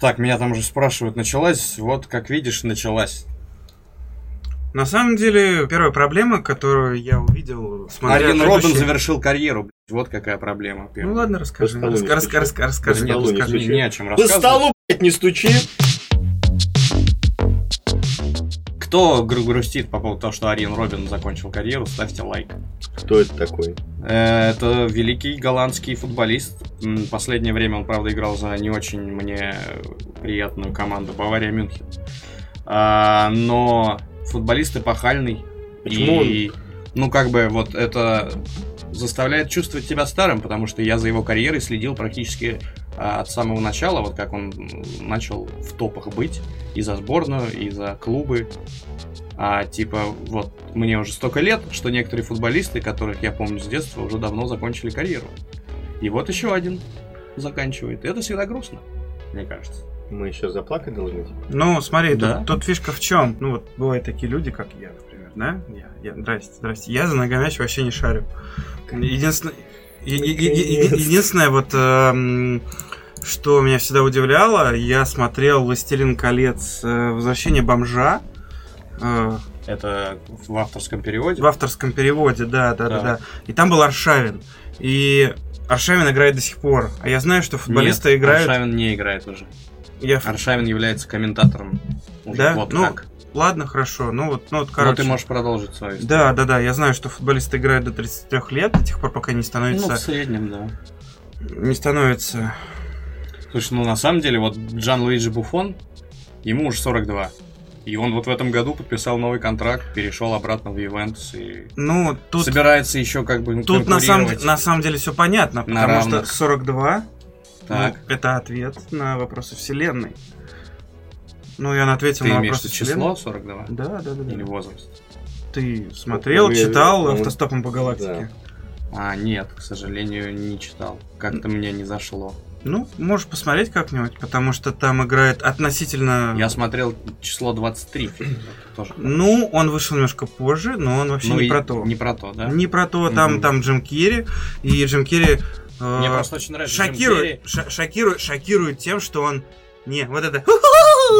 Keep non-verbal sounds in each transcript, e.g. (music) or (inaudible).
Так, меня там уже спрашивают, началась? Вот, как видишь, началась. На самом деле, первая проблема, которую я увидел, смотря Арьен на Робин идущие- завершил карьеру, блядь. Вот какая проблема. Ну первая. ладно, расскажи. По столу не Раска- стучи. раска- раска- Расскажи. По Нет, столу не расскажи, стучи. не о чем По рассказывать. столу, блядь, не стучи. Кто гру- грустит по поводу того, что Арьен Робин закончил карьеру, ставьте лайк. Кто это такой? Э, Это великий голландский футболист. М, Последнее время он, правда, играл за не очень мне приятную команду Бавария Мюнхен. А, Но футболист эпохальный. Почему и, ну, как бы, вот это заставляет чувствовать себя старым, потому что я за его карьерой следил практически а, от самого начала, вот как он м, начал в топах быть, и за сборную, и за клубы. А типа, вот мне уже столько лет, что некоторые футболисты, которых я помню с детства, уже давно закончили карьеру. И вот еще один заканчивает. И Это всегда грустно, мне кажется. Мы еще заплакать должны? Ну, смотри, Да. тут, тут фишка в чем? Ну, вот бывают такие люди, как я, например, да? Я, я, здрасте, здрасте. Я за ногомяч вообще не шарю. Единственное, е- е- е- е- единственное вот, эм, что меня всегда удивляло, я смотрел «Властелин колец. э, Возвращение бомжа». э, Это в авторском переводе. В авторском переводе, да, да, да, Так. да. И там был Аршавин. И Аршавин играет до сих пор. А я знаю, что футболисты Нет, играют. Аршавин не играет уже. Я... ф- Аршавин является комментатором. Уже Да? вот Ну, как. Ладно, хорошо. Ну вот, ну вот, Но короче. ты можешь продолжить свою историю. Да, да, да. Я знаю, что футболисты играют до 33 лет, до тех пор, пока не Ну, в становится. среднем, да. Ну, Не становится. Слушай, ну на самом деле, вот Джан Луиджи Буфон, ему уже 42. И он вот в этом году подписал новый контракт, перешел обратно в Ювентус и Ну, тут. собирается еще как бы Тут на самом, де- конкурировать. на самом деле все понятно, На потому что равных. 42 Так, ну, это ответ на вопросы Вселенной. Ну, и он ответил ты на имеешь в вопросы виду число Вселенной. 42? Да, да, да, да. Или возраст? Ты смотрел, Ну, я- читал ну, автостопом по галактике? А, нет, к сожалению, не читал. Как-то мне не зашло. Ну, можешь посмотреть как-нибудь, потому что там играет относительно... Я смотрел число 23 фильм. это Тоже. Ну, он вышел немножко позже, но он вообще Ну не и про то. Не про то, да? Не про то, там, Мгм. там Джим Керри, и Джим Керри э, Мне просто очень нравится. Джим шокирует, Керри. ша- шокирует, шокирует тем, что он... Не, вот это...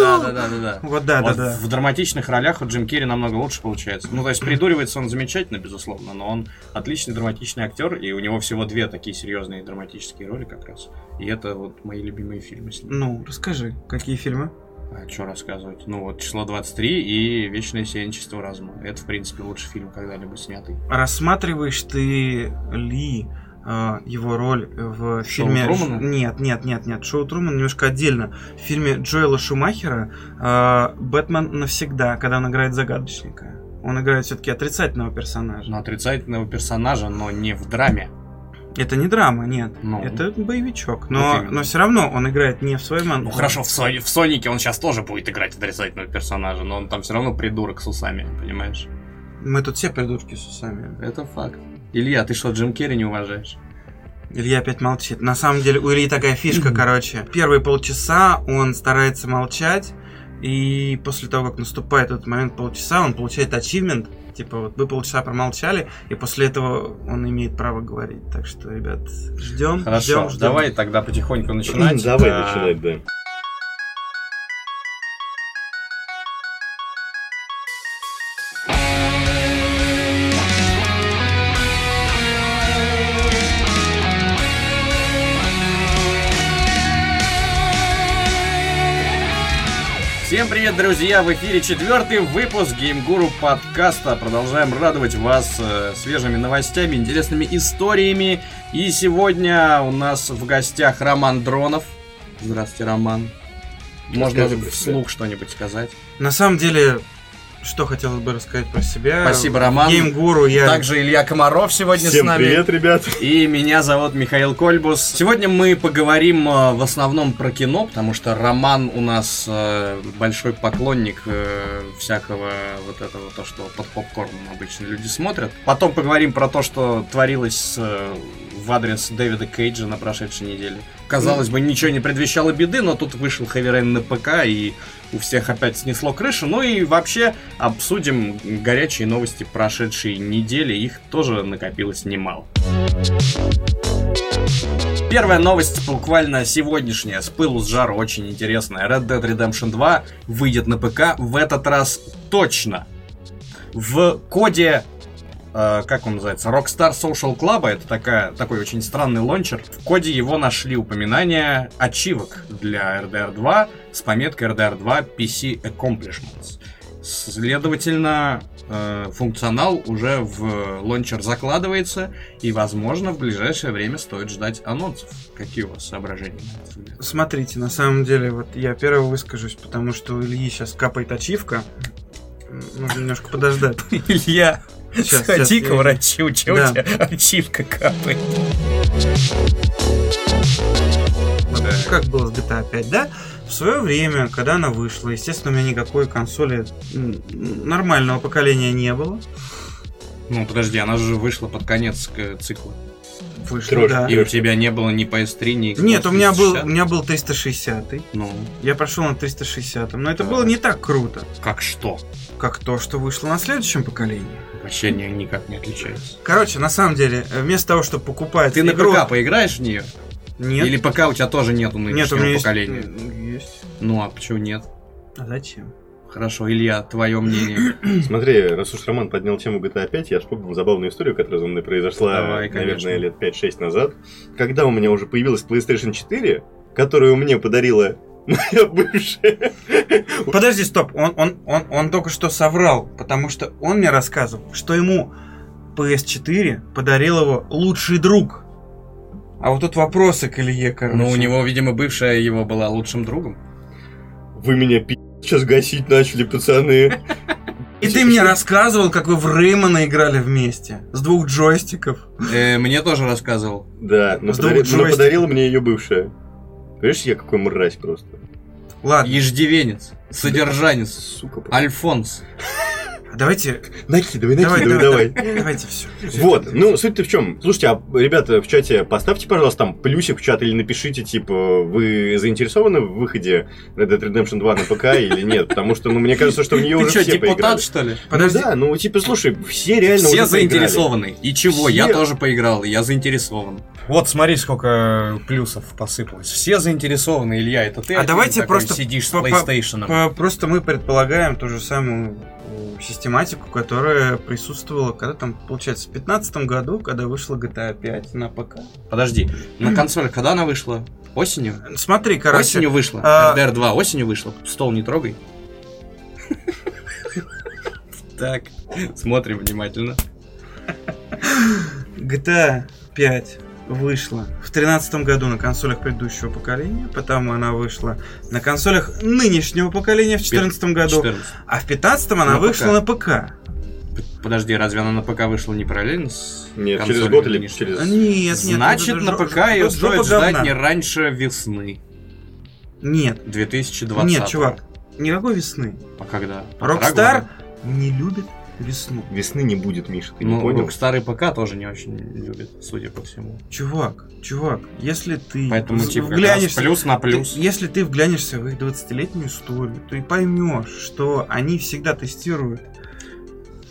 Да, да, да, да, да. Вот да, да, Вот да. В драматичных ролях у Джим Керри намного лучше получается. Ну, то есть придуривается он замечательно, безусловно, но он отличный драматичный актер, и у него всего две такие серьезные драматические роли как раз. И это вот мои любимые фильмы с ним. Ну, расскажи, какие фильмы? А что рассказывать? Ну вот, «Число 23» и «Вечное сенчество разума». Это, в принципе, лучший фильм когда-либо снятый. Рассматриваешь ты Ли э, его роль в Шоу фильме... Трумана? Нет, нет, нет, нет. Шоу Трумана немножко отдельно. В фильме Джоэла Шумахера э, Бэтмен навсегда, когда он играет загадочника. Он играет все-таки отрицательного персонажа. Но отрицательного персонажа, но не в драме. Это не драма, нет. Ну. Это боевичок. Но, Вот именно. но все равно он играет не в своем... Ну хорошо, в, Сони- в Сонике он сейчас тоже будет играть отрицательного персонажа, но он там все равно придурок с усами, понимаешь? Мы тут все придурки с усами. Это факт. Илья, ты что, Джим Керри не уважаешь? Илья опять молчит. На самом деле у Ильи такая фишка, короче. Первые полчаса он старается молчать, и после того, как наступает этот момент полчаса, он получает ачивмент. Типа, вот вы полчаса промолчали, и после этого он имеет право говорить. Так что, ребят, ждем. Хорошо, ждем, ждем. давай тогда потихоньку начинать. Ну, Давай А, начинать, да. Всем привет, друзья! В эфире четвертый выпуск Геймгуру подкаста. Продолжаем радовать вас э, свежими новостями, интересными историями. И сегодня у нас в гостях Роман Дронов. Здравствуйте, Роман. Можно Расскажи про себя. вслух что-нибудь сказать. На самом деле, что хотелось бы рассказать про Э, себя. Спасибо, Роман. Гейм-гуру я... Также Илья Комаров сегодня с Всем нами. привет, ребят. И меня зовут Михаил Кольбус. Сегодня мы поговорим э, в основном про кино, потому что Роман у нас э, большой поклонник э, всякого вот этого, то, что под попкорном обычно люди смотрят. Потом поговорим про то, что творилось с, э, в адрес Дэвида Кейджа на прошедшей неделе. Казалось бы, ничего не предвещало беды, но тут вышел Heavy Rain на ПК, и у всех опять снесло крышу. Ну и вообще обсудим горячие новости прошедшей недели. Их тоже накопилось немало. Первая новость буквально сегодняшняя, с пылу с жару, очень интересная. Red Dead Redemption 2 выйдет на ПК в этот раз точно. В коде, э, как он называется, Rockstar Social Club, а это такая, такой очень странный лончер, в коде его нашли упоминание ачивок для RDR 2 с пометкой RDR 2 PC Accomplishments. Следовательно, э, функционал уже в лончер закладывается, и, возможно, в ближайшее время стоит ждать анонсов. Какие у вас соображения? на этот взгляд? Смотрите, на самом деле, вот я первый выскажусь, потому что у Ильи сейчас капает ачивка. М, Нужно немножко подождать. (laughs) Илья, Сейчас, сходи сейчас, к я- врачу, чего Да. у тебя ачивка капает? Вот Да. Как было с GTA 5, да? В свое время, когда она вышла, естественно, у меня никакой консоли м, нормального поколения не было. Ну, подожди, она же вышла под конец э, цикла. Вышла, Трэш. да. И у тебя не было ни PS3, ни Xbox Нет, у меня был, 360. у меня был 360. Ну, Я прошел на 360, но это Да. было не так круто, как что? как то, что вышло на следующем поколении. Вообще ни- никак не отличается. Короче, на самом деле, э, вместо того, чтобы покупать Ты на игру- ПК поиграешь в нее? Нет. Или ПК у тебя тоже нету Нет, у нынешнего меня есть- поколения? м, есть. Ну, а почему нет? А зачем? Хорошо, Илья, твое мнение. Смотри, раз уж Роман поднял тему GTA 5, я вспомнил забавную историю, которая за мной произошла, Давай, конечно. наверное, лет 5-6 назад. Когда у меня уже появилась PlayStation 4, которую мне подарила моя бывшая. Подожди, стоп, он, он, он, он только что соврал, потому что он мне рассказывал, что ему PS4 подарил его лучший друг. А вот тут вопросы к Илье, короче. Ну, у него, видимо, бывшая его была лучшим другом. Вы меня пи***, сейчас гасить начали, пацаны. И ты мне рассказывал, как вы в Реймона играли вместе. С двух джойстиков. Э, Мне тоже рассказывал. Да, но С подари- двух но джойстиков. подарила мне ее бывшая. Понимаешь, я какой мразь просто. Ладно, Еждивенец, содержанец, Сука. блин. альфонс. давайте... Накидывай, Давай, накидывай, давай, ну, давай. давай. Давайте все. Вот, ну суть-то в чем? Слушайте, а ребята в чате поставьте, пожалуйста, там плюсик в чат или напишите, типа, вы заинтересованы в выходе Red Dead Redemption 2 на ПК или нет? Потому что, ну, мне кажется, что в нее Ты уже что, все депутат, поиграли. что ли? Подожди, Да, ну, типа, слушай, все реально Все уже поиграли. заинтересованы. И чего? Я Все. тоже поиграл, и я заинтересован. Вот смотри, сколько плюсов посыпалось. Все заинтересованы, Илья, это ты. А один давайте такой просто сидишь с по- по- PlayStation. П- Просто мы предполагаем ту же самую э, систематику, которая присутствовала, когда там, получается, в 2015 году, когда вышла GTA 5 на ПК. Подожди, на консоль когда она вышла? Осенью? Смотри, короче, Осенью вышла. а- RDR 2 осенью вышла. Стол не (laughs) трогай. Так, смотрим внимательно. GTA 5 вышла в 2013 году на консолях предыдущего поколения, потом она вышла на консолях нынешнего поколения в 2014 году, 14. а в 2015 она На вышла на ПК. Подожди, разве она на ПК вышла не параллельно с Нет, через консолью год или нынешней? через... Нет, нет. Значит, это на жо- ПК жо- ее жопа стоит ждать говна. не раньше весны Нет, 2020. нет, чувак, никакой весны. А когда? Полтора Рокстар года? не любит весну. Весны не будет, Миша, ты не Ну, понял? Rockstar и ПК тоже не очень любит, судя по всему. Чувак, чувак, если ты Поэтому, вз- типа, как раз вглянешься, плюс на А ты- плюс. если ты вглянешься в их 20-летнюю историю, ты поймешь, что они всегда тестируют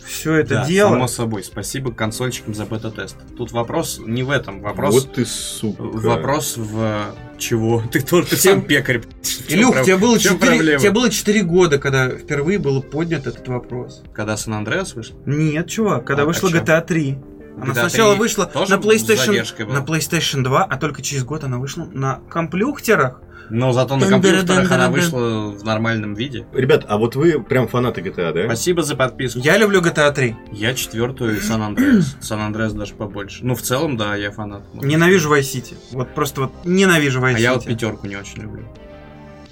все это Да, дело. само собой. Спасибо консольщикам за бета-тест. Тут вопрос не в этом. Вопрос, Вот ты сука. вопрос в... э, Чего? (laughs) Ты тоже ты сам пекарь. В чём Илюх, проб- тебе было, в чём 4, проблема? тебе было 4 года, когда впервые был поднят этот вопрос. Когда Сан-Андреас вышел? Нет, чувак, когда А, а вышла чё? GTA 3. Она GTA сначала 3 вышла тоже на PlayStation, задержка была? на PlayStation 2, а только через год она вышла на комплюхтерах. Но зато на компьютерах она вышла в нормальном виде. Ребят, а вот вы прям фанаты GTA, да? Спасибо за подписку. Я люблю GTA 3. Я четвертую и Сан-Андреас. Сан-Андреас даже побольше. Ну, в целом, да, я фанат. Ненавижу Vice City. Вот просто вот ненавижу Vice А я City. вот пятерку не очень люблю.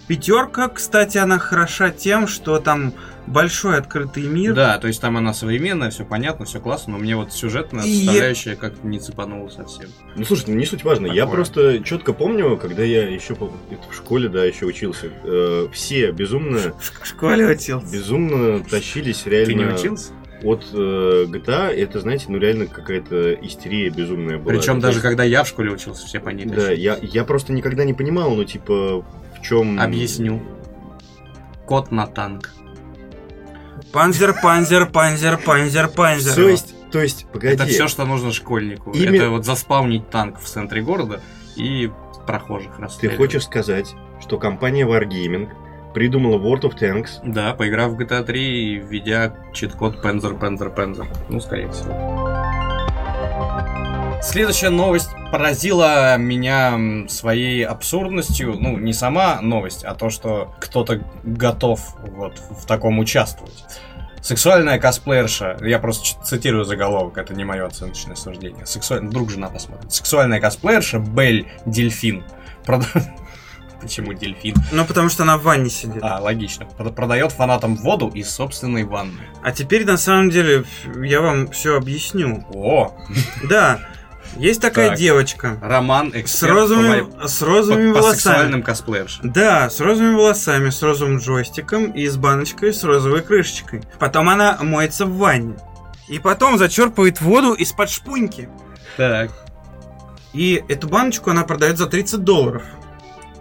Пятерка, кстати, она хороша тем, что там большой открытый мир. Да, то есть там она современная, все понятно, все классно, но мне вот сюжетная И е- составляющая как-то не цепанула совсем. Ну слушай, ну, не суть важно. Я Такое. просто четко помню, когда я еще по- это в школе, да, еще учился, э, все безумно В школе учился. Безумно тащились реально. Ты не учился? от э, GTA, это, знаете, ну реально какая-то истерия безумная была. Причем То даже есть, когда я в школе учился, все по ней Да, я, я просто никогда не понимал, ну типа, в чем... Объясню. Кот на танк. Панзер, панзер, панзер, панзер, панзер. То есть, то есть, погоди. Это все, что нужно школьнику. Именно- Это вот заспавнить танк в центре города и прохожих Ты расстреливать. хочешь сказать, что компания Wargaming придумала World of Tanks, Да, поиграв в GTA 3 и введя чит-код Panzer, Panzer, Panzer. Ну, скорее всего. Следующая новость поразила меня м, своей абсурдностью. Ну, не сама новость, а то, что кто-то готов вот в таком участвовать. Сексуальная косплеерша, я просто ч- цитирую заголовок, это не мое оценочное суждение. Сексуаль... Вдруг жена посмотрит. Сексуальная косплеерша Бель Дельфин. прода- (laughs) Почему дельфин? Ну, потому что она в ванне сидит. А, логично. Прода- Продает фанатам воду из собственной ванны. А теперь, на самом деле, я вам все объясню. О, Да, есть такая Так. девочка Роман с эксперт по, розовыми, с розовыми по- по волосами. сексуальным косплеершам. Да, с розовыми волосами, с розовым джойстиком и с баночкой с розовой крышечкой. Потом она моется в ванне. И потом зачерпывает воду из-под шпуньки. Так. И эту баночку она продает за 30 долларов.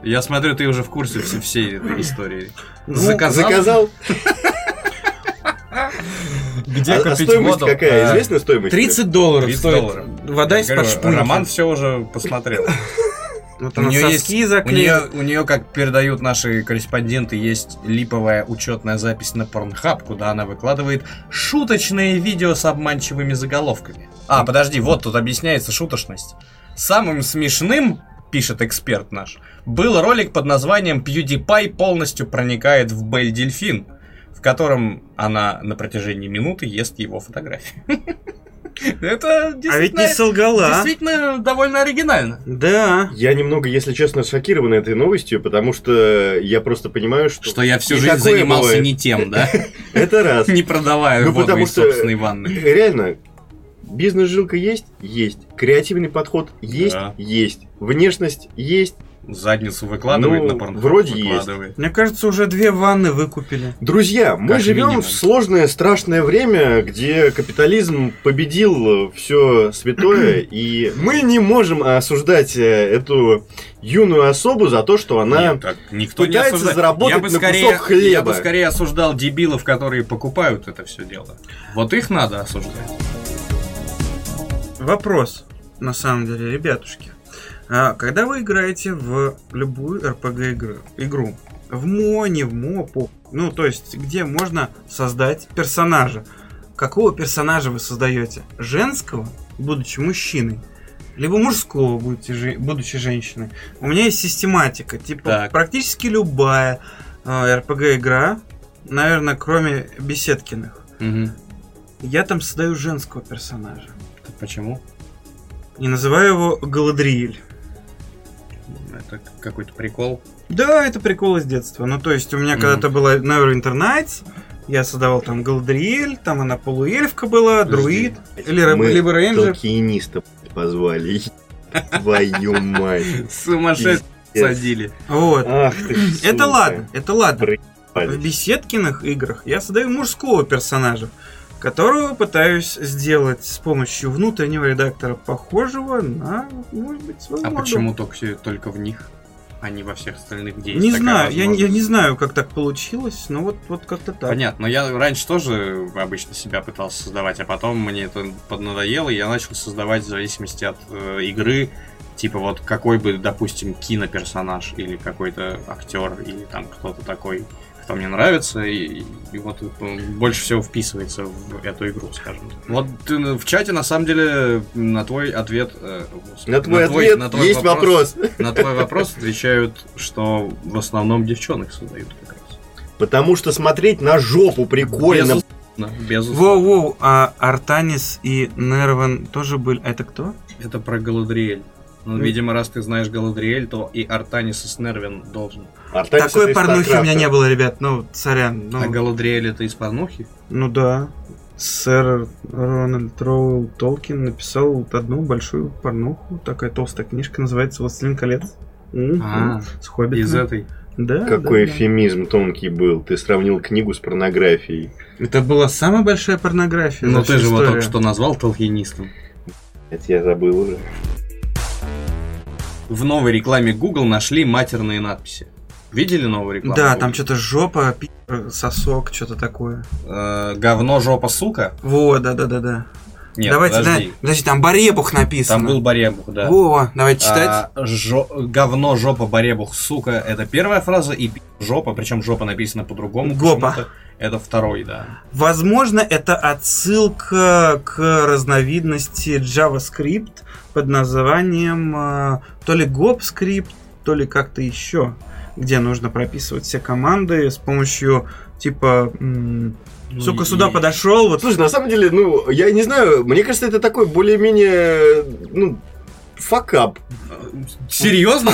Я смотрю, ты уже в курсе вс- всей этой истории. Ну, заказал? заказал? Где а, а стоимость какая? А, Известна стоимость? 30 долларов 30 стоит долларов. вода я из-под говорю, шпуньки. Роман все уже посмотрел. Вот У она неё соски У заклеила. нее, у нее, как передают наши корреспонденты, есть липовая учетная запись на Pornhub, куда она выкладывает шуточные видео с обманчивыми заголовками. А, подожди, вот тут объясняется шуточность. Самым смешным, пишет эксперт наш, был ролик под названием «PewDiePie полностью проникает в Бель Дельфин», в котором она на протяжении минуты ест его фотографии. (laughs) Это А ведь действительно не солгала. действительно довольно оригинально. Да. Я немного, если честно, шокирован этой новостью, потому что я просто понимаю, что, Что я всю И жизнь такое занимался бывает. не тем, да? (laughs) это раз. Не продавая Ну, воду потому из что- собственной ванны. Реально, бизнес-жилка есть? Есть. Креативный подход есть? Да. Есть. Внешность есть? Задницу выкладывает Ну, на порнхаб. вроде есть. выкладывает. Мне кажется, уже две ванны выкупили. Друзья, мы Как живем минимум. в сложное, страшное время, где капитализм победил все святое, и мы не можем осуждать э, эту юную особу за то, что она... Нет, так никто не пытается осуждает. заработать я бы на скорее, кусок хлеба. Я бы скорее осуждал дебилов, которые покупают это все дело. Вот их надо осуждать. Вопрос, на самом деле, ребятушки. А, когда вы играете в любую RPG игру, игру в мо, не в мо, по- ну, то есть, где можно создать персонажа. Какого персонажа вы создаете? Женского, будучи мужчиной? Либо мужского, будучи, же- будучи женщиной. У меня есть систематика. Типа, Так. практически любая а, RPG игра, наверное, кроме беседкиных. Мгм. Я там создаю женского персонажа. Так Почему? И называю его Галадриэль. Это какой-то прикол. Да, это прикол из детства. Ну, то есть, у меня Мгм. когда-то была Neverwinter Nights, я создавал там Галадриэль, там она полуэльфка была, друид, или рэ- Мы либо рейнджер. толкиниста позвали. Твою мать. Сумасшедшие садили. Вот. Ах ты ж, сука. Это ладно, это ладно. Бры- В беседкиных играх я создаю мужского персонажа, которого пытаюсь сделать с помощью внутреннего редактора, похожего на, может быть, свою А Ну, морду. почему только, только в них, а не во всех остальных, где есть Не такая знаю, я, не- я возможность? не знаю, как так получилось, но вот, вот как-то так. Понятно, но я раньше тоже обычно себя пытался создавать, а потом мне это поднадоело, и я начал создавать в зависимости от э, игры, типа вот какой бы, допустим, киноперсонаж или какой-то актер или там кто-то такой, кто мне нравится, и, и вот он больше всего вписывается в эту игру, скажем. так. Вот ты на- в чате на самом деле на твой ответ, э, господи, На твой ответ на твой есть вопрос. на твой вопрос отвечают, что в основном девчонок создают как раз. Потому что смотреть на жопу прикольно. Безусловно, безусловно. Воу-воу, а Артанис и Нерван тоже были. А Это кто? Это про Галадриэль. Ну, Ну. видимо, раз ты знаешь Галадриэль, то и Артанис и Снервин должен. Артанис Такой из порнухи у меня Старкрафта. не было, ребят. Ну, сорян. Ну, А Галадриэль это из порнухи? ну да. Сэр Рональд Роуэлл Толкин написал вот одну большую порнуху. Такая толстая книжка, называется «Властелин колец». Мгм. А, С Хоббитом. Из этой. Да, Какой да, да. эфемизм тонкий был. Ты сравнил книгу с порнографией. Это была самая большая порнография. за Ну всю ты же его историю. только что назвал толкинистом. Это я забыл уже. В новой рекламе Google нашли матерные надписи. Видели новую рекламу? Да, Google? там что-то жопа, пи- сосок, что-то такое. Э, говно, жопа, сука? Во, да, да, да, да. Нет, Давайте, подожди. да, подожди, там баребух написано. Там был баребух, да. Во, давайте читать. А, жо- говно, жопа, баребух, сука, это первая фраза, и пи- жопа, причем жопа написана по-другому. Гопа. почему-то. Это второй, да. Возможно, это отсылка к разновидности JavaScript под названием э, то ли GopScript, то ли как-то еще, где нужно прописывать все команды с помощью типа м, «Сука, Ну, И- сюда подошел, вот Слушай, на самом деле, ну, я не знаю, мне кажется, это такой более-менее, ну, факап. Серьезно?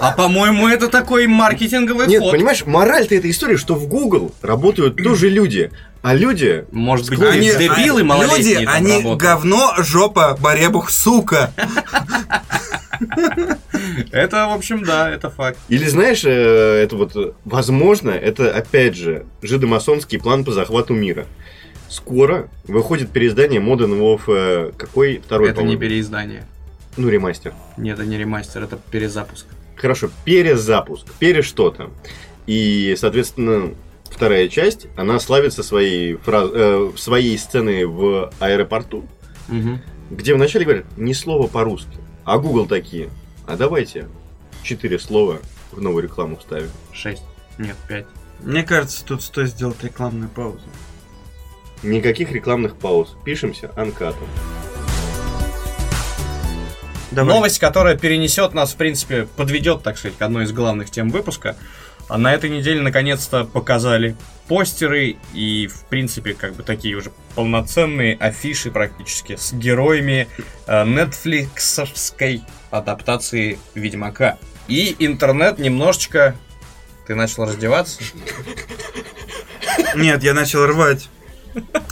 А по-моему, это такой маркетинговый Нет, ход. понимаешь, мораль-то этой истории, что в Google работают тоже люди, а люди... Может быть, Они- здесь дебилы а- малолетние люди, там они работают. говно, жопа, баребух, сука. Это, в общем, да, это факт. Или знаешь, э, это вот, э, возможно, это, опять же, жидомасонский план по захвату мира. Скоро выходит переиздание Modern Warfare, какой второй, это не по-моему? переиздание. Ну, ремастер. Нет, это не ремастер, это перезапуск. хорошо, перезапуск, пере что-то. И, соответственно, вторая часть, она славится своей, фраз... э, своей сценой в аэропорту, Мгм. где вначале говорят ни слова по-русски, а Google такие, а давайте четыре слова в новую рекламу вставим. Шесть. Нет, пять. Мне кажется, тут стоит сделать рекламную паузу. Никаких рекламных пауз. Пишемся анкатом. Давай. Новость, которая перенесет нас, в принципе, подведет, так сказать, к одной из главных тем выпуска. А на этой неделе наконец-то показали постеры и, в принципе, как бы такие уже полноценные афиши практически с героями нетфликсовской адаптации Ведьмака. И интернет немножечко... Ты начал раздеваться? Нет, я начал рвать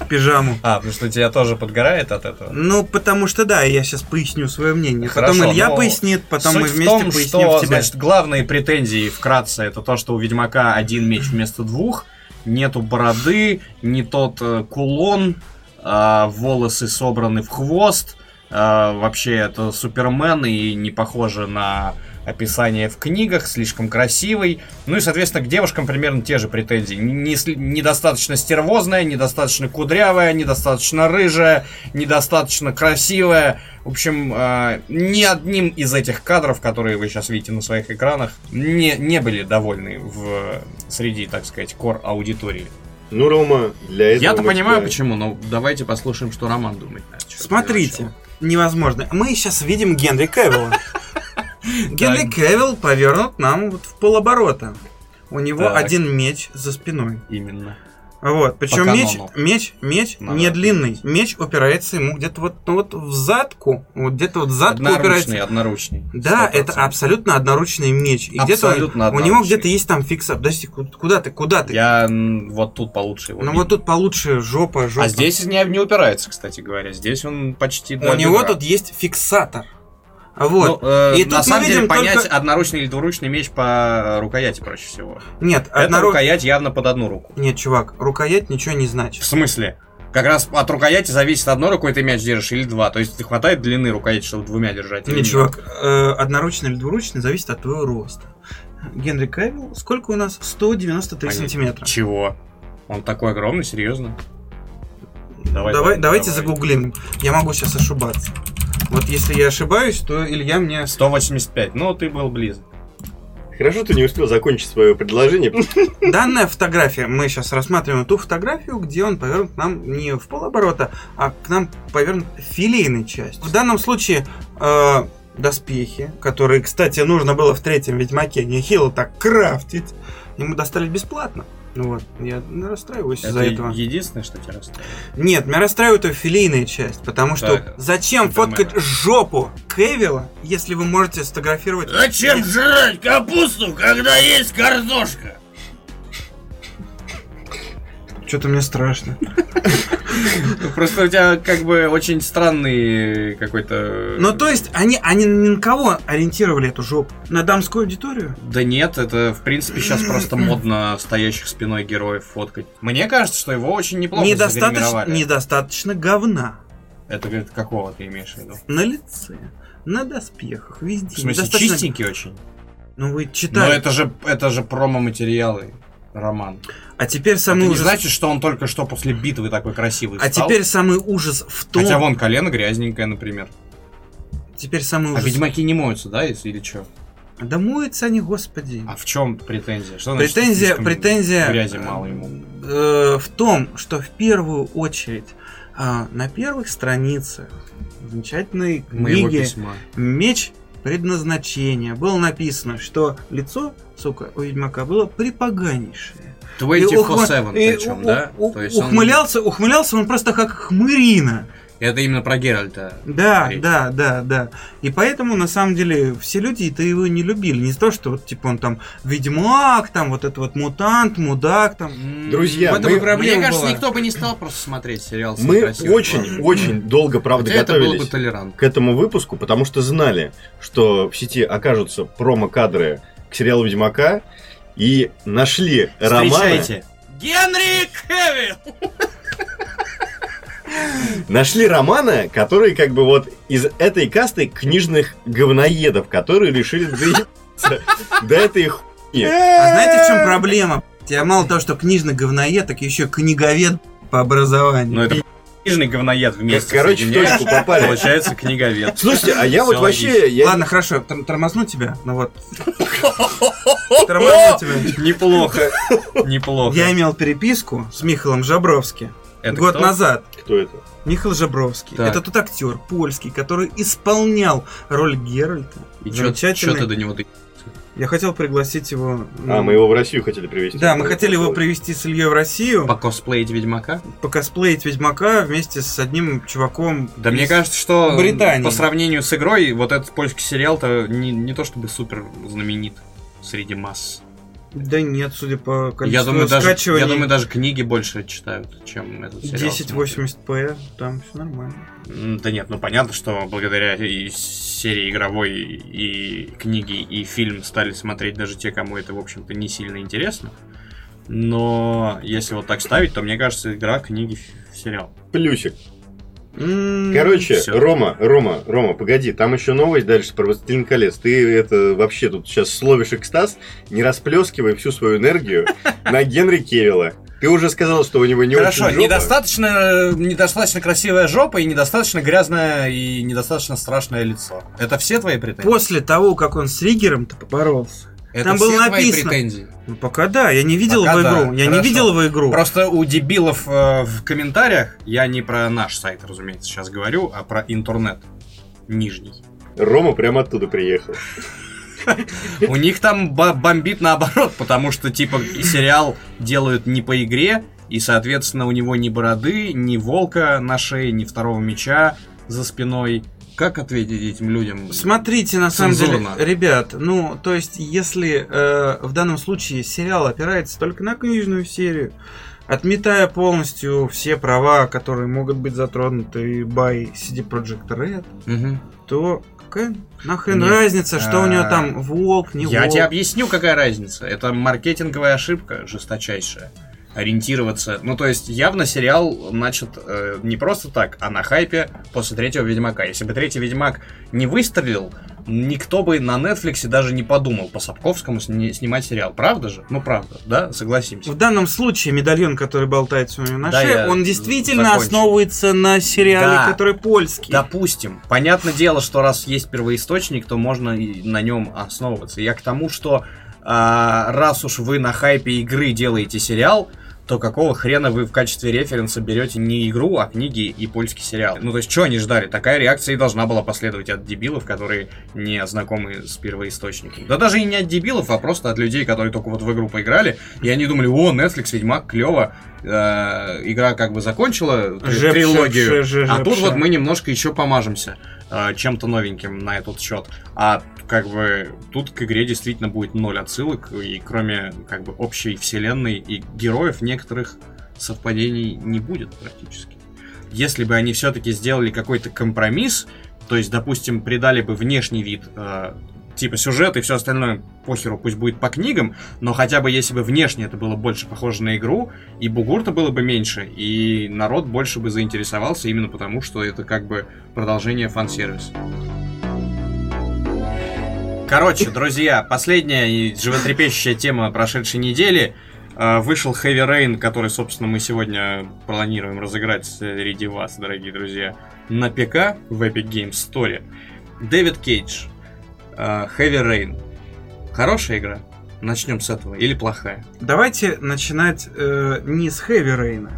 пижаму. А, потому что тебя тоже подгорает от этого. Ну, потому что да, я сейчас поясню свое мнение. потом типа. Хорошо, Илья но пояснит, потом мы Суть вместе в том, поясним что, в тебя. значит, главные претензии вкратце это то, что у Ведьмака один меч вместо двух, нету бороды, не тот э, кулон, а, волосы собраны в хвост, а, вообще это Супермен и не похоже на описание в книгах, слишком красивый. Ну и, соответственно, к девушкам примерно те же претензии. Не сли- недостаточно стервозная, недостаточно кудрявая, недостаточно рыжая, недостаточно красивая. В общем, э, ни одним из этих кадров, которые вы сейчас видите на своих экранах, не, не были довольны в, среди, так сказать, кор аудитории. Ну, Рома, для этого... Я-то мы понимаю, тебя- почему, но давайте послушаем, что Роман думает. на этот счет. Смотрите, невозможно. Мы сейчас видим Генри (laughs) Кевилла. Генри Так. Кевилл повернут нам вот в полоборота. У него Так. один меч за спиной. Именно. Вот, причем По меч, канону. меч, меч Надо не длинный. отметить. Меч упирается ему где-то вот, ну вот в задку, вот где-то вот в задку Одноручный, упирается. одноручный. Да, 100%. это абсолютно одноручный меч. И где-то он- Абсолютно у него одноручный. где-то есть там фикса. Подожди, ку- куда ты, куда ты? Я м, вот тут получше его Ну видно. вот тут получше жопа, жопа. А здесь не, не упирается, кстати говоря. Здесь он почти у него тут есть фиксатор. Вот. И и тут э, на мы самом деле видим понять только- одноручный или двуручный меч по рукояти проще всего. Нет, Эта однорук- рукоять явно под одну руку. Нет, чувак, рукоять ничего не В значит. смысле? Как раз от рукояти зависит одной рукой ты мяч держишь или два. То есть хватает длины рукояти, чтобы двумя держать. или Нет, чувак, э, одноручный или двуручный зависит от твоего роста. Генри Кевилл, сколько у нас? 193 Понятно. сантиметра. Чего? Он такой огромный, серьезно? Давай, Давай, давай, давайте давай. загуглим. Я могу сейчас ошибаться. Вот если я ошибаюсь, то Илья мне... 185. Ну, ты был близок. Хорошо, ты не успел закончить свое предложение. Данная фотография, мы сейчас рассматриваем ту фотографию, где он повернут к нам не в полоборота, а к нам повернут филейной частью. В данном случае э, доспехи, которые, кстати, нужно было в третьем Ведьмаке нехило так крафтить, ему достались бесплатно. Ну Вот, я ну, расстраиваюсь из-за Это этого. единственное, что тебя расстраивает. Нет, меня расстраивает эта филейная часть, потому что Так, зачем Супермена. фоткать жопу Кевилла, если вы можете сфотографировать... Зачем жрать капусту, когда есть картошка? Что-то мне страшно. Просто у тебя как бы очень странный какой-то... Ну, то есть, они, они ни на кого ориентировали эту жопу? На дамскую аудиторию? Да нет, это в принципе сейчас (clears throat) просто модно стоящих спиной героев фоткать. Мне кажется, что его очень неплохо Недостаточно, загримировали. недостаточно говна. Это говорит, какого ты имеешь в виду? На лице, на доспехах, везде. В смысле, Недостаточно- чистенький очень. Ну, вы Ну, Но читали. это же, это же промо-материалы, Роман. А теперь Это самый не ужас... значит, что он только что после битвы такой красивый А стал. теперь самый ужас в том... Хотя вон колено грязненькое, например. Теперь самый А ужас... ведьмаки не моются, да, если или что? Да моются они, господи. А в чем претензия? Что значит, Претензия, слишком претензия Грязи мало ему. э, в том, что в первую очередь а, на первых страницах замечательной Моего книги письма. «Меч предназначения» было написано, что лицо, сука, у Ведьмака было припоганнейшее. И ухма- 24-7 и причем, у- да? у- То есть он- ухмылялся, ухмылялся он просто как хмырина. Это именно про Геральта. Да, Речь. да, да, да. И поэтому, на самом деле, все люди-то его не любили. Не то, что вот, типа, он там ведьмак, там вот это вот мутант, мудак, там. Друзья, В этом и мы- проблема мне Мне кажется, была. никто бы не стал просто смотреть сериал. с Мы некрасивым главным. очень-очень долго, правда, Хотя это было бы готовились толерантно. к этому выпуску, потому что знали, что в сети окажутся промо-кадры к сериалу «Ведьмака», и нашли романы, Встречайте. Генри Кевилл! нашли романы, которые как бы вот из этой касты книжных говноедов, которые решили доебаться до этой хуйни. А знаете, в чем проблема? Я мало того, что книжный говноед, так еще книговед по образованию. Но это книжный говноед вместе. Ну, Короче, в соединяешь, точку попали. Получается книговед. Слушайте, а я Всё вот вообще... я- Ладно, хорошо, тор- тормозну тебя. Ну вот. (laughs) Тормозну тебя. Неплохо. Неплохо. Я имел переписку с Михалом Жабровским Это год кто? назад. Кто это? Михаил Жабровский. Так. Это тот актер польский, который исполнял роль Геральта. И чё Замечательный. чё ты до него ты- Я хотел пригласить его. А, м, мы его в Россию хотели привезти. Да, мы хотели его привести с Ильей в Россию, покосплеить Ведьмака? покосплеить Ведьмака вместе с одним чуваком. Да мне из- кажется, что Британии. по сравнению с игрой, вот этот польский сериал-то не, не то чтобы супер знаменит среди масс. Да нет, судя по Я количеству думаю, даже, скачиваний. я думаю, даже книги больше читают, чем этот сериал. 1080p, там все нормально. смотрят. М, Да нет, ну понятно, что благодаря и серии игровой, и книги, и фильм стали смотреть даже те, кому это, в общем-то, не сильно интересно. Но если вот так ставить, то мне кажется, игра, книги, ф- сериал. Плюсик. М, Короче, всё. Рома, Рома, Рома, погоди, там еще новость дальше про «Властелин колец». Ты это вообще тут сейчас словишь экстаз, не расплескивай всю свою энергию на Генри Кевилла. Ты уже сказал, что у него не Хорошо, очень жопа. недостаточно, недостаточно красивая жопа и недостаточно грязное и недостаточно страшное лицо. Это все твои претензии? После того, как он с Ригером-то поборолся. Это там все было твои написано. претензии. Ну, пока да, я не видел Пока его да, игру. Я хорошо. не видел его игру. Просто у дебилов э, в комментариях, я не про наш сайт, разумеется, сейчас говорю, а про интернет нижний. Рома прямо оттуда приехал. У них там ба- бомбит наоборот, потому что, типа, и сериал делают не по игре, и, соответственно, у него ни бороды, ни волка на шее, ни второго меча за спиной. Как ответить этим людям? Смотрите, на самом Цензурно. деле, ребят, ну, то есть, если э, в данном случае сериал опирается только на книжную серию, отметая полностью все права, которые могут быть затронуты by CD Projekt Red, Мгм. то какая нахрен Нет. разница, что у него А, там волк, не Я волк. тебе объясню, какая разница. Это маркетинговая ошибка жесточайшая. Ориентироваться. Ну, то есть, явно сериал начат э, не просто так, а на хайпе после третьего Ведьмака. Если бы третий Ведьмак не выстрелил, никто бы на Нетфликсе даже не подумал по Сапковскому сни- снимать сериал. Правда же? Ну, правда, да? Согласимся. В данном случае медальон, который болтается у него на Да, шее, я он действительно закончу. основывается на сериале, Да. который польский. Допустим. Понятное дело, что раз есть первоисточник, то можно и на нем основываться. Я к тому, что а, раз уж вы на хайпе игры делаете сериал, то какого хрена вы в качестве референса берете не игру, а книги и польский сериал? Ну, то есть, что они ждали? Такая реакция и должна была последовать от дебилов, которые не знакомы с первоисточником. Да даже и не от дебилов, а просто от людей, которые только вот в игру поиграли, и они думали, о, Netflix, Ведьмак, клево, э, игра как бы закончила три- Жепша, трилогию. ше- же- А тут жепша. вот мы немножко еще помажемся э, чем-то новеньким на этот счет. А как бы тут к игре действительно будет ноль отсылок, и кроме как бы общей вселенной и героев некоторых совпадений не будет практически. если бы они все-таки сделали какой-то компромисс, то есть, допустим, придали бы внешний вид, э, типа сюжет и все остальное, похеру, пусть будет по книгам, но хотя бы если бы внешне это было больше похоже на игру, и бугурта было бы меньше, и народ больше бы заинтересовался именно потому, что это как бы продолжение фан-сервиса. Короче, друзья, последняя и животрепещущая тема прошедшей недели. Э, Вышел Heavy Rain, который, собственно, мы сегодня планируем разыграть среди вас, дорогие друзья, на ПК в Epic Games Store. Дэвид Кейдж, э, Heavy Rain. Хорошая игра? Начнем с этого. Или плохая? Давайте начинать э, не с Хэви Рейна.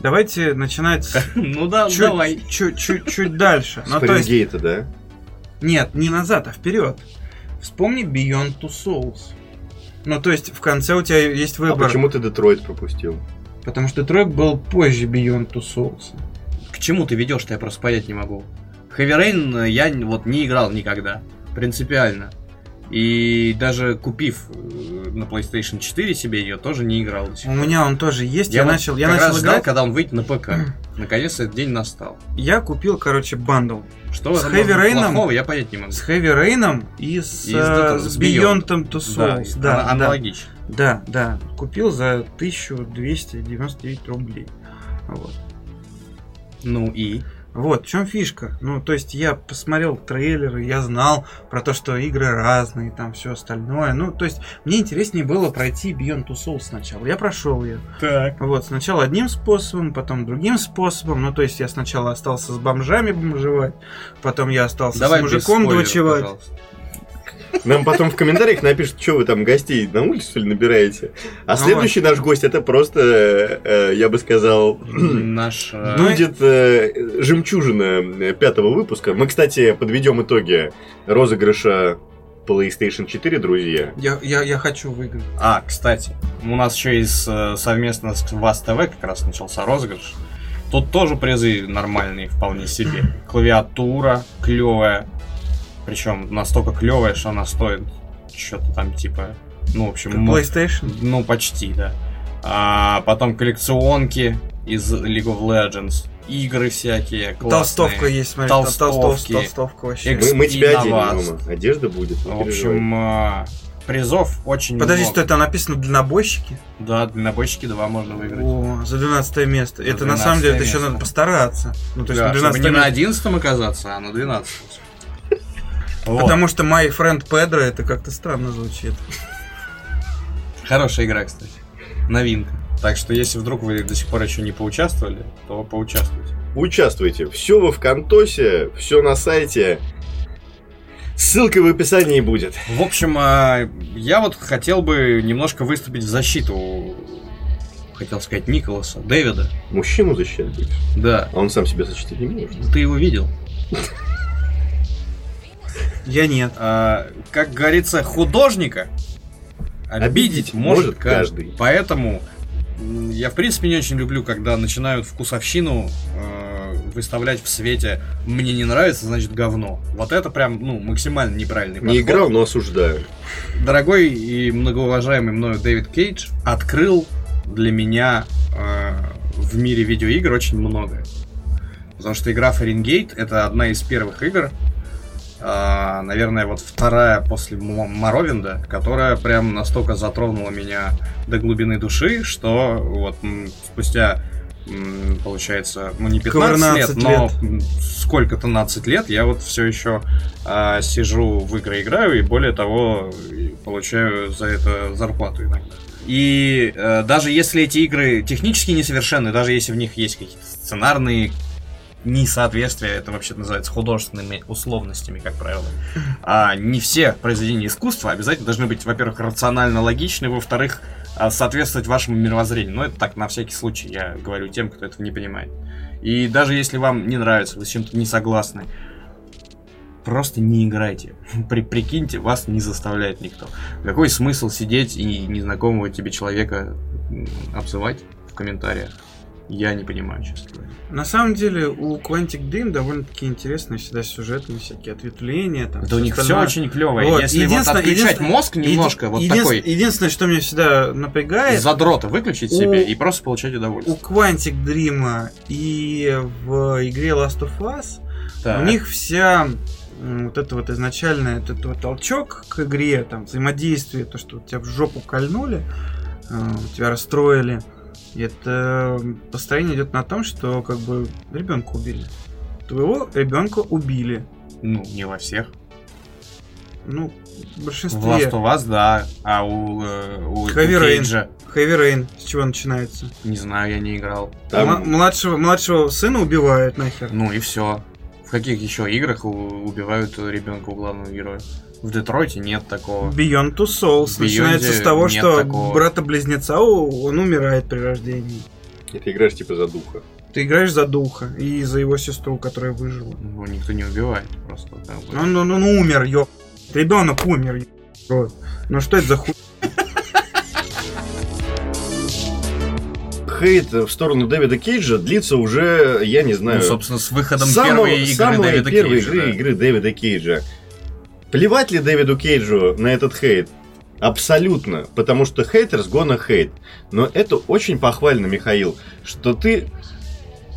Давайте (laughs) начинать с Ну да, чуть, чуть, чуть, (laughs) чуть дальше. Ну, то есть, Спрингейта, да? нет, не назад, а вперед. Вспомни Beyond Two Souls. Ну, то есть, в конце у тебя есть А выбор. почему ты Детройт пропустил? Потому что трек был позже Beyond Two Souls. К чему ты ведешь-то, я просто понять не могу. Heavy Rain э, я н- вот не играл никогда. Принципиально. И даже купив э, на PlayStation 4 себе ее, тоже не играл. до сих У пор. меня он тоже есть. Я, вот начал, я как начал раз ждал, играть. когда он выйдет на ПК. Наконец этот день настал. Я купил, короче, бандл Что С в этом может Heavy быть Rain'ом? плохого, я понять не могу. с Хэви Рейном и с, И с э, Detroit- с с Beyond Beyond. Two Souls. Да, ан- да. аналогично. Да, да, купил за 1299 рублей. Вот. Ну и? Вот, в чем фишка? Ну, то есть я посмотрел трейлеры, я знал про то, что игры разные, там все остальное. Ну, то есть мне интереснее было пройти Beyond Two Souls сначала. Я прошел ее. Так. Вот, сначала одним способом, потом другим способом. Ну, то есть я сначала остался с бомжами бомжевать, потом я остался Давай с без мужиком спойлеров, дочевать. пожалуйста. (clears throat) Нам потом в комментариях напишут, что вы там гостей на улице, что ли, набираете. А Ну следующий наш гость, это просто, э, э, я бы сказал, Наш... э, Ну и- будет э, жемчужина э, пятого выпуска. Мы, кстати, подведем итоги розыгрыша PlayStation 4, друзья. Я, я, я хочу выиграть. А, кстати, у нас еще и с, э, совместно с ВАЗ ТВ как раз начался розыгрыш. Тут тоже призы нормальные вполне себе. Клавиатура клевая. Причем настолько клевая, что она стоит что-то там типа... Ну, в общем, Как мо- PlayStation? ну, почти, да. А, потом коллекционки из League of Legends. Игры всякие классные. Толстовка есть, смотри, тол- толстов- толстовки. толстовка вообще. Экс- Мы, мы И тебя на оденем, вас. Рома. Одежда будет. не В переживай. общем, а, призов очень Подожди, много. что это написано дальнобойщики? Да, дальнобойщики 2 можно Ну, выиграть. О, за 12 место. За это на самом деле, это 12-е еще место. надо постараться. Ну, то есть Да, на чтобы 12 не на место. 11 оказаться, а на 12. Вот. Потому что My Friend Pedro это как-то странно звучит. Хорошая игра, кстати. Новинка. Так что, если вдруг вы до сих пор еще не поучаствовали, то поучаствуйте. Участвуйте. Все во Вконтосе, все на сайте. Ссылка в описании будет. В общем, а, я вот хотел бы немножко выступить в защиту, хотел сказать, Николаса, Дэвида. Мужчину защищать будешь? Да. А он сам себя защитить не может. Ты его видел? Я нет. А, как говорится, художника обидеть, может каждый. Поэтому м, я, в принципе, не очень люблю, когда начинают вкусовщину э, выставлять в свете «мне не нравится, значит говно». Вот это прям, ну, максимально неправильный Не подход. играл, но осуждаю. Дорогой и многоуважаемый мною Дэвид Кейдж открыл для меня э, в мире видеоигр очень многое. Потому что игра Фаренгейт — это одна из первых игр, а, наверное, вот вторая после Мо- Моровинда, которая прям настолько затронула меня до глубины души, что вот м, спустя, м, получается, ну не 15 лет, 14 но лет. м, сколько-то 15 лет я вот все еще сижу в игры играю и более того и получаю за это зарплату иногда. И э, даже если эти игры технически несовершенны, даже если в них есть какие-то сценарные несоответствия, это вообще называется художественными условностями, как правило. А не все произведения искусства обязательно должны быть, во-первых, рационально логичны, во-вторых, а, соответствовать вашему мировоззрению. Но это так, на всякий случай, я говорю тем, кто этого не понимает. И даже если вам не нравится, вы с чем-то не согласны, просто не играйте. (laughs) При, прикиньте, вас не заставляет никто. Какой смысл сидеть и незнакомого тебе человека м, обзывать в комментариях? Я не понимаю, честно говоря. На самом деле у Quantic Dream довольно-таки интересные всегда сюжетные всякие ответвления. Там, Да всё у них все остальное. очень клевое. Вот, Если вот единственное- отключать единственное- мозг немножко, Еди- вот единс- такой Единственное, что меня всегда напрягает, задрота выключить У- себе и просто получать у удовольствие. Quantic Dream и в игре Last of Us Так. у них вся м, вот это вот изначально этот вот толчок к игре, там взаимодействие, то, что тебя в жопу кольнули, э, тебя расстроили. И это построение идет на том, что как бы ребенка убили. Твоего ребенка убили. Ну, не во всех. Ну, в большинстве. В Last of Us, да. А у, э, у, у Heavy Rain. Кейджа, Heavy Rain, с чего начинается? не знаю, я не играл. М- Там, ну, младшего, младшего сына убивают нахер. Ну и все. В каких еще играх у- убивают ребенка у главного героя? В Детройте нет такого. Beyond Two Souls В начинается Beyond с того, нет что такого. брата-близнеца, у- он умирает при рождении. и ты играешь типа за духа. Ты играешь за духа и за его сестру, которая выжила. Ну, Его никто не убивает просто. как бы. Ну, Он, он- он умер, ёп. Ребенок умер, ёп. Рот. Ну что это за хуй? Хейт в сторону Дэвида Кейджа длится уже, я не знаю, Ну, собственно, с выходом самого- первой игры самой Дэвида первой Кейджа. игры, да. игры Дэвида Кейджа. Плевать ли Дэвиду Кейджу на этот хейт? Абсолютно, потому что хейтерс гона хейт. Но это очень похвально, Михаил, что ты,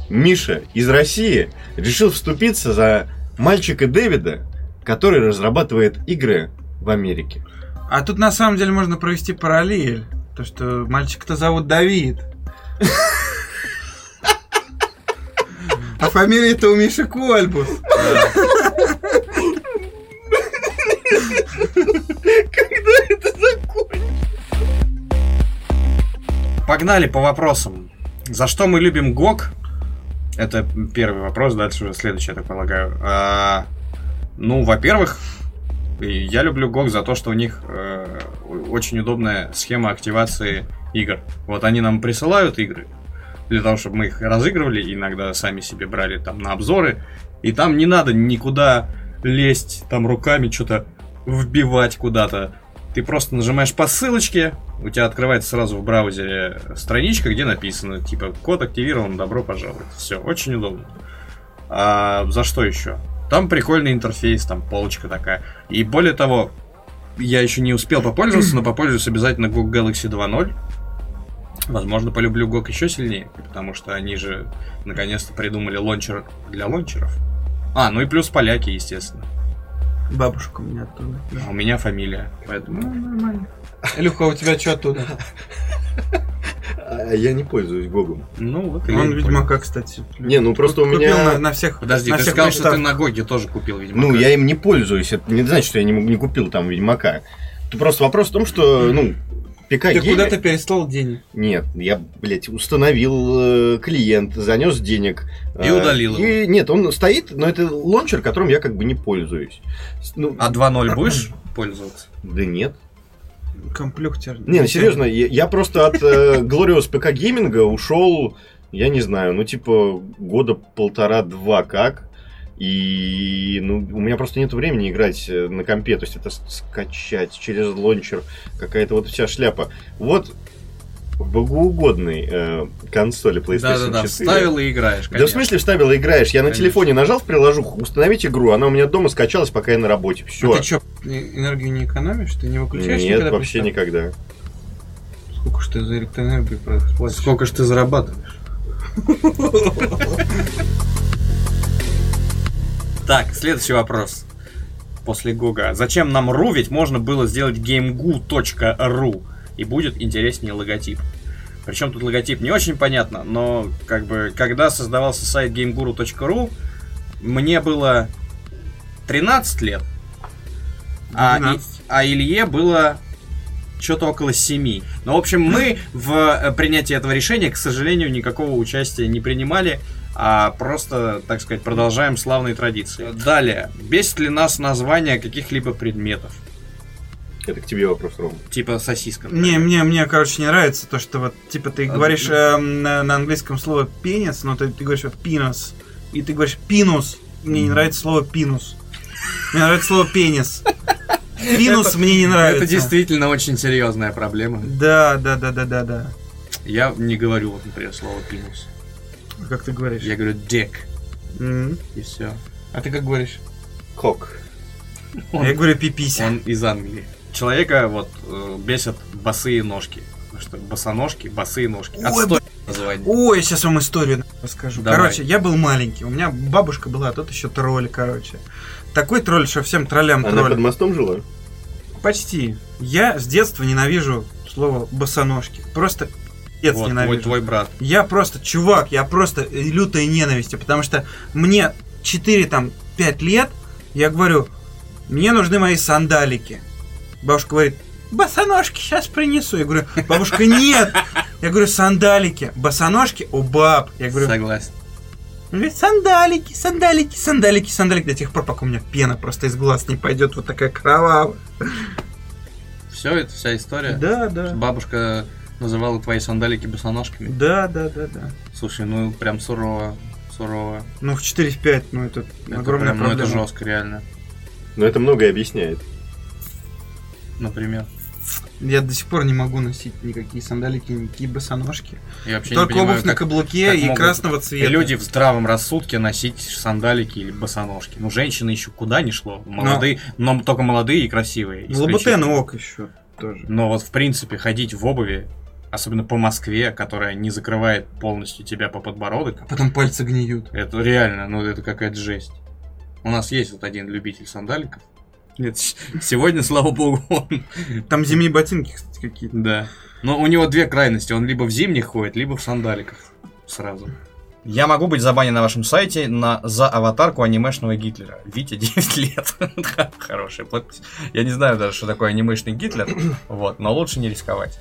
Миша, из России, решил вступиться за мальчика Дэвида, который разрабатывает игры в Америке. А тут на самом деле можно провести параллель. То, что мальчик-то зовут Давид. А фамилия-то у Миши Кольбус. Погнали по вопросам. За что мы любим ГОК? Это первый вопрос, дальше уже следующий, я так полагаю. А, ну, во-первых, и я люблю ГОК за то, что у них э, о- очень удобная схема активации игр. Вот они нам присылают игры для того, чтобы мы их разыгрывали, иногда сами себе брали там на обзоры, и там не надо никуда лезть, там руками что-то вбивать куда-то. Ты просто нажимаешь по ссылочке, у тебя открывается сразу в браузере страничка, где написано, типа, код активирован, добро пожаловать. Все, очень удобно. А за что еще? Там прикольный интерфейс, там полочка такая. И более того, я еще не успел попользоваться, но попользуюсь обязательно GOG Galaxy 2.0. Возможно, полюблю GOG еще сильнее, потому что они же наконец-то придумали лончер для лончеров. А, ну и плюс поляки, естественно. Бабушка у меня оттуда. Ну, А у меня фамилия, поэтому... нормально. Илюха, у тебя что оттуда? А я не пользуюсь Гогом. Ну, вот и Он я Ведьмака, кстати. Не, ну просто у Купил меня... на, на всех. Подожди, на ты всех сказал, что ты приставках. на Гоге тоже купил, видимо. Ну, я им не пользуюсь. Это не значит, что я не, м- не купил там Ведьмака. Тут просто вопрос в том, что, ну, ПК Ты геймер- куда-то переслал денег. Нет, я, блядь, установил э, клиент, занес денег. э, И удалил его. и- Нет, он стоит, но это лончер, которым я как бы не пользуюсь. С- Ну, А 2.0 будешь пользоваться? Да нет. Комплюктер. Не, ну серьезно, я, я просто от э, Glorious ПК гейминга ушел, я не знаю, ну типа года полтора-два как. И ну, у меня просто нет времени играть э, на компе, то есть это с- скачать через лончер, какая-то вот вся шляпа. Вот в богоугодной э, консоли PlayStation Да-да-да, 4. вставил и играешь, Да в конечно. смысле вставил и играешь? Я на Конечно. телефоне нажал в приложуху установить игру, она у меня дома скачалась, пока я на работе. Ну, А Все. ты что, энергию не экономишь? Ты не выключаешь Нет, никогда вообще приставку? никогда. Сколько ж ты за электроэнергию платишь? Сколько ж ты зарабатываешь? Так, следующий вопрос. После Гога. Зачем нам ру? Ведь можно было сделать gamegu.ru и будет интереснее логотип. Причем тут логотип не очень понятно, но как бы когда создавался сайт gameguru.ru, мне было 13 лет, а, И- 12. а Илье было что-то около 7. Ну, в общем, мы в э, принятии этого решения, к сожалению, никакого участия не принимали, а просто, так сказать, продолжаем славные традиции. Далее. Бесит ли нас название каких-либо предметов? Это к тебе вопрос, Ром. Типа сосиска. Не, например. мне, мне, короче, не нравится то, что вот, типа, ты А, говоришь ну- эм, на, на английском слово пенис, но ты, ты говоришь вот пинус, и ты говоришь пинус. Мне не Мгм. нравится слово пинус. Мне нравится слово пенис. Пинус мне не нравится. Это действительно очень серьезная проблема. Да, да, да, да, да, да. Я не говорю, вот, например, слово пинус. Как ты говоришь? Я говорю дек, М. и все. А ты как говоришь? Кок. А Я говорю пипися. Он из Англии. Человека вот э, бесят босые ножки. Потому что босоножки, босые ножки. Ой, Отстой название. Ой, я сейчас вам историю нахуй расскажу. Давай. Короче, я был маленький, у меня бабушка была, а тут еще тролль, короче. Такой тролль, что всем троллям Она тролль. под мостом жила? Почти. Я с детства ненавижу слово босоножки. Просто пи***ц Вот, мой ненавижу. твой брат. Я просто, чувак, я просто лютой ненавистью, потому что мне 4, там, 5 лет, я говорю, мне нужны мои сандалики. Бабушка говорит, босоножки сейчас принесу. Я говорю, бабушка, нет. Я говорю, сандалики, босоножки у баб. Я говорю, Согласен. он говорит, Э, сандалики, сандалики, сандалики, сандалики. До тех пор, пока у меня пена просто из глаз не пойдет вот такая кровавая. Все, это вся история. Да, да. Бабушка называла твои сандалики босоножками. Да, да, да, да. Слушай, ну прям сурово. Сурово. Ну, в 4-5, ну, это, Это огромная прям, ну, это проблема. жестко, реально. Но это многое объясняет. Например. Я до сих пор не могу носить никакие сандалики, никакие босоножки. Я вообще Только не понимаю, обувь на как каблуке как и могут красного цвета. люди в здравом рассудке носить сандалики или босоножки. Ну, женщины еще куда не шло. Молодые, но, только молодые и красивые. В Лабутен исключительно. ок еще тоже. Но вот, в принципе, ходить в обуви, особенно по Москве, которая не закрывает полностью тебя по подбородок, А потом пальцы гниют. это реально, ну, это какая-то жесть. У нас есть вот один любитель сандаликов. Нет, с- сегодня, слава богу, он... Там зимние ботинки, кстати, какие-то. Да. Но у него две крайности. Он либо в зимних ходит, либо в сандаликах сразу. Я могу быть забанен на вашем сайте на, за аватарку анимешного Гитлера. Витя (laughs) 9 лет. Да, Хорошая подпись. Я не знаю даже, что такое анимешный Гитлер. Вот, но лучше не рисковать.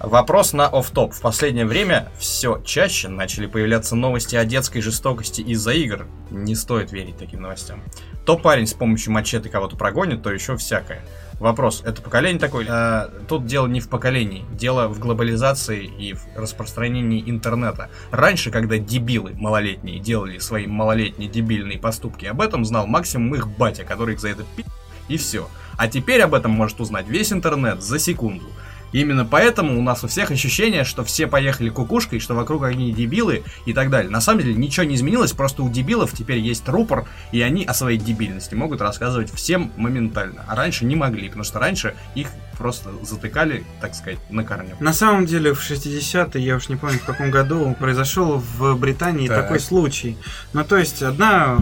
Вопрос на оф топ В последнее время все чаще начали появляться новости о детской жестокости из-за игр. Не стоит верить таким новостям. То парень с помощью мачете кого-то прогонит, то еще всякое. Вопрос, это поколение такое? или- А, тут дело не в поколении, дело в глобализации и в распространении интернета. Раньше, когда дебилы малолетние делали свои малолетние дебильные поступки, об этом знал максимум их батя, который их за это пи***, и все. А теперь об этом может узнать весь интернет за секунду. Именно поэтому у нас у всех ощущение, что все поехали кукушкой, что вокруг одни дебилы и так далее. На самом деле ничего не изменилось, просто у дебилов теперь есть рупор, и они о своей дебильности могут рассказывать всем моментально. А раньше не могли, потому что раньше их просто затыкали, так сказать, на корню. На самом деле, в 60-е, я уж не помню, в каком году, произошел в Британии Так. такой случай. Ну, то есть, одна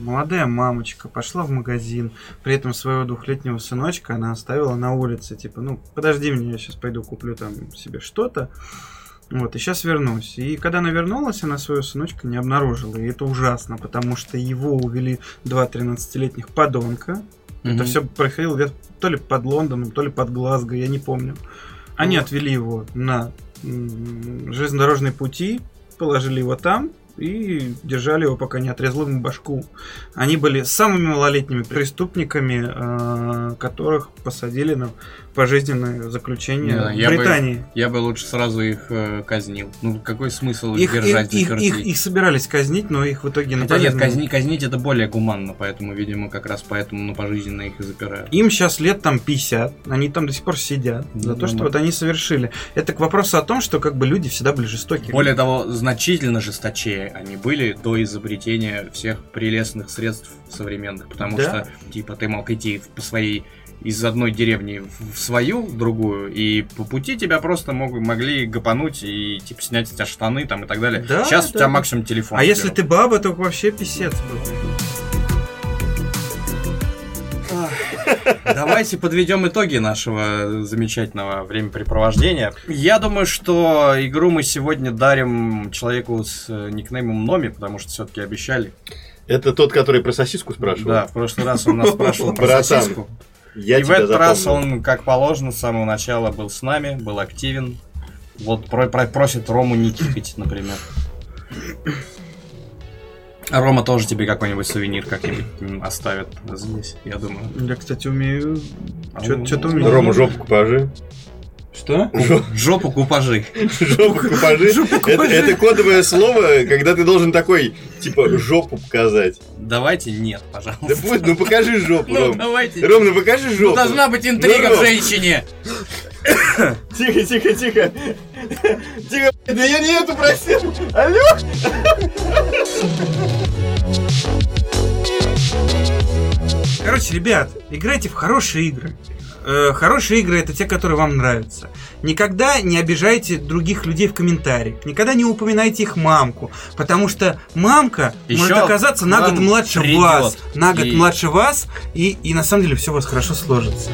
молодая мамочка пошла в магазин, при этом своего двухлетнего сыночка она оставила на улице. Типа, ну, подожди меня, я сейчас пойду куплю там себе что-то. Вот, и сейчас вернусь. И когда она вернулась, она своего сыночка не обнаружила. И это ужасно, потому что его увели два 13-летних подонка, это все происходило где-то то ли под Лондоном, то ли под Глазго, я не помню. Они Вот. отвели его на м, железнодорожные пути, положили его там и держали его, пока не отрезал ему башку. Они были самыми малолетними преступниками, э, которых посадили на пожизненное заключение Да, в я бы- Британии. Я бы лучше сразу их э, казнил. Ну, какой смысл их, Их, держать их- их- заперти? их- их собирались казнить, но их в итоге на Хотя нет, пожизненное- казни- казнить это более гуманно, поэтому, видимо, как раз поэтому на пожизненно их и запирают. Им сейчас лет там 50, они там до сих пор сидят за то, что Нормально. вот они совершили. Это к вопросу о том, что как бы люди всегда были жестокие. Более того, значительно жесточее они были до изобретения всех прелестных средств современных, потому Да. что, типа, ты мог идти в- по своей из одной деревни в в свою, в другую, и по пути тебя просто мог- могли гопануть и, типа, снять с тебя штаны там и так далее. Да, Сейчас у да, тебя да. максимум телефон. А если заберут. ты баба, то вообще писец был. Давайте подведем итоги нашего замечательного времяпрепровождения. Я думаю, что игру мы сегодня дарим человеку с э, никнеймом Номи, потому что все-таки обещали. Это тот, который про сосиску спрашивал? Да, в прошлый раз он нас спрашивал про Братан, сосиску. Я и в тебя этот раз запомнил. он, как положено, с самого начала был с нами, был активен. Вот про- про- просит Рому не кипить, например. А Рома тоже тебе какой-нибудь сувенир как-нибудь м, оставит здесь, я думаю. Я, кстати, умею... А Чё- он- чё-то у меня- Рома, жопку покажи. Что? Жо- Жопу купажи. (laughs) Жопу покажи. Это, покажи. это кодовое слово, когда ты должен такой, типа, жопу показать. Давайте нет, Да пожалуйста. будь, ну покажи жопу, Ну, Ром. давайте. Ром, ну покажи Ну, жопу. должна быть интрига Ну, в Ром. женщине. Тихо, тихо, тихо. Тихо, да я не это просил! Алло! Короче, ребят, играйте в хорошие игры. Э, Хорошие игры это те, которые вам нравятся. Никогда не обижайте других людей в комментариях. Никогда не упоминайте их мамку. Потому что мамка Ещё может оказаться на к год вам младше придёт. вас. На год И- младше вас, и, и на самом деле все у вас хорошо сложится.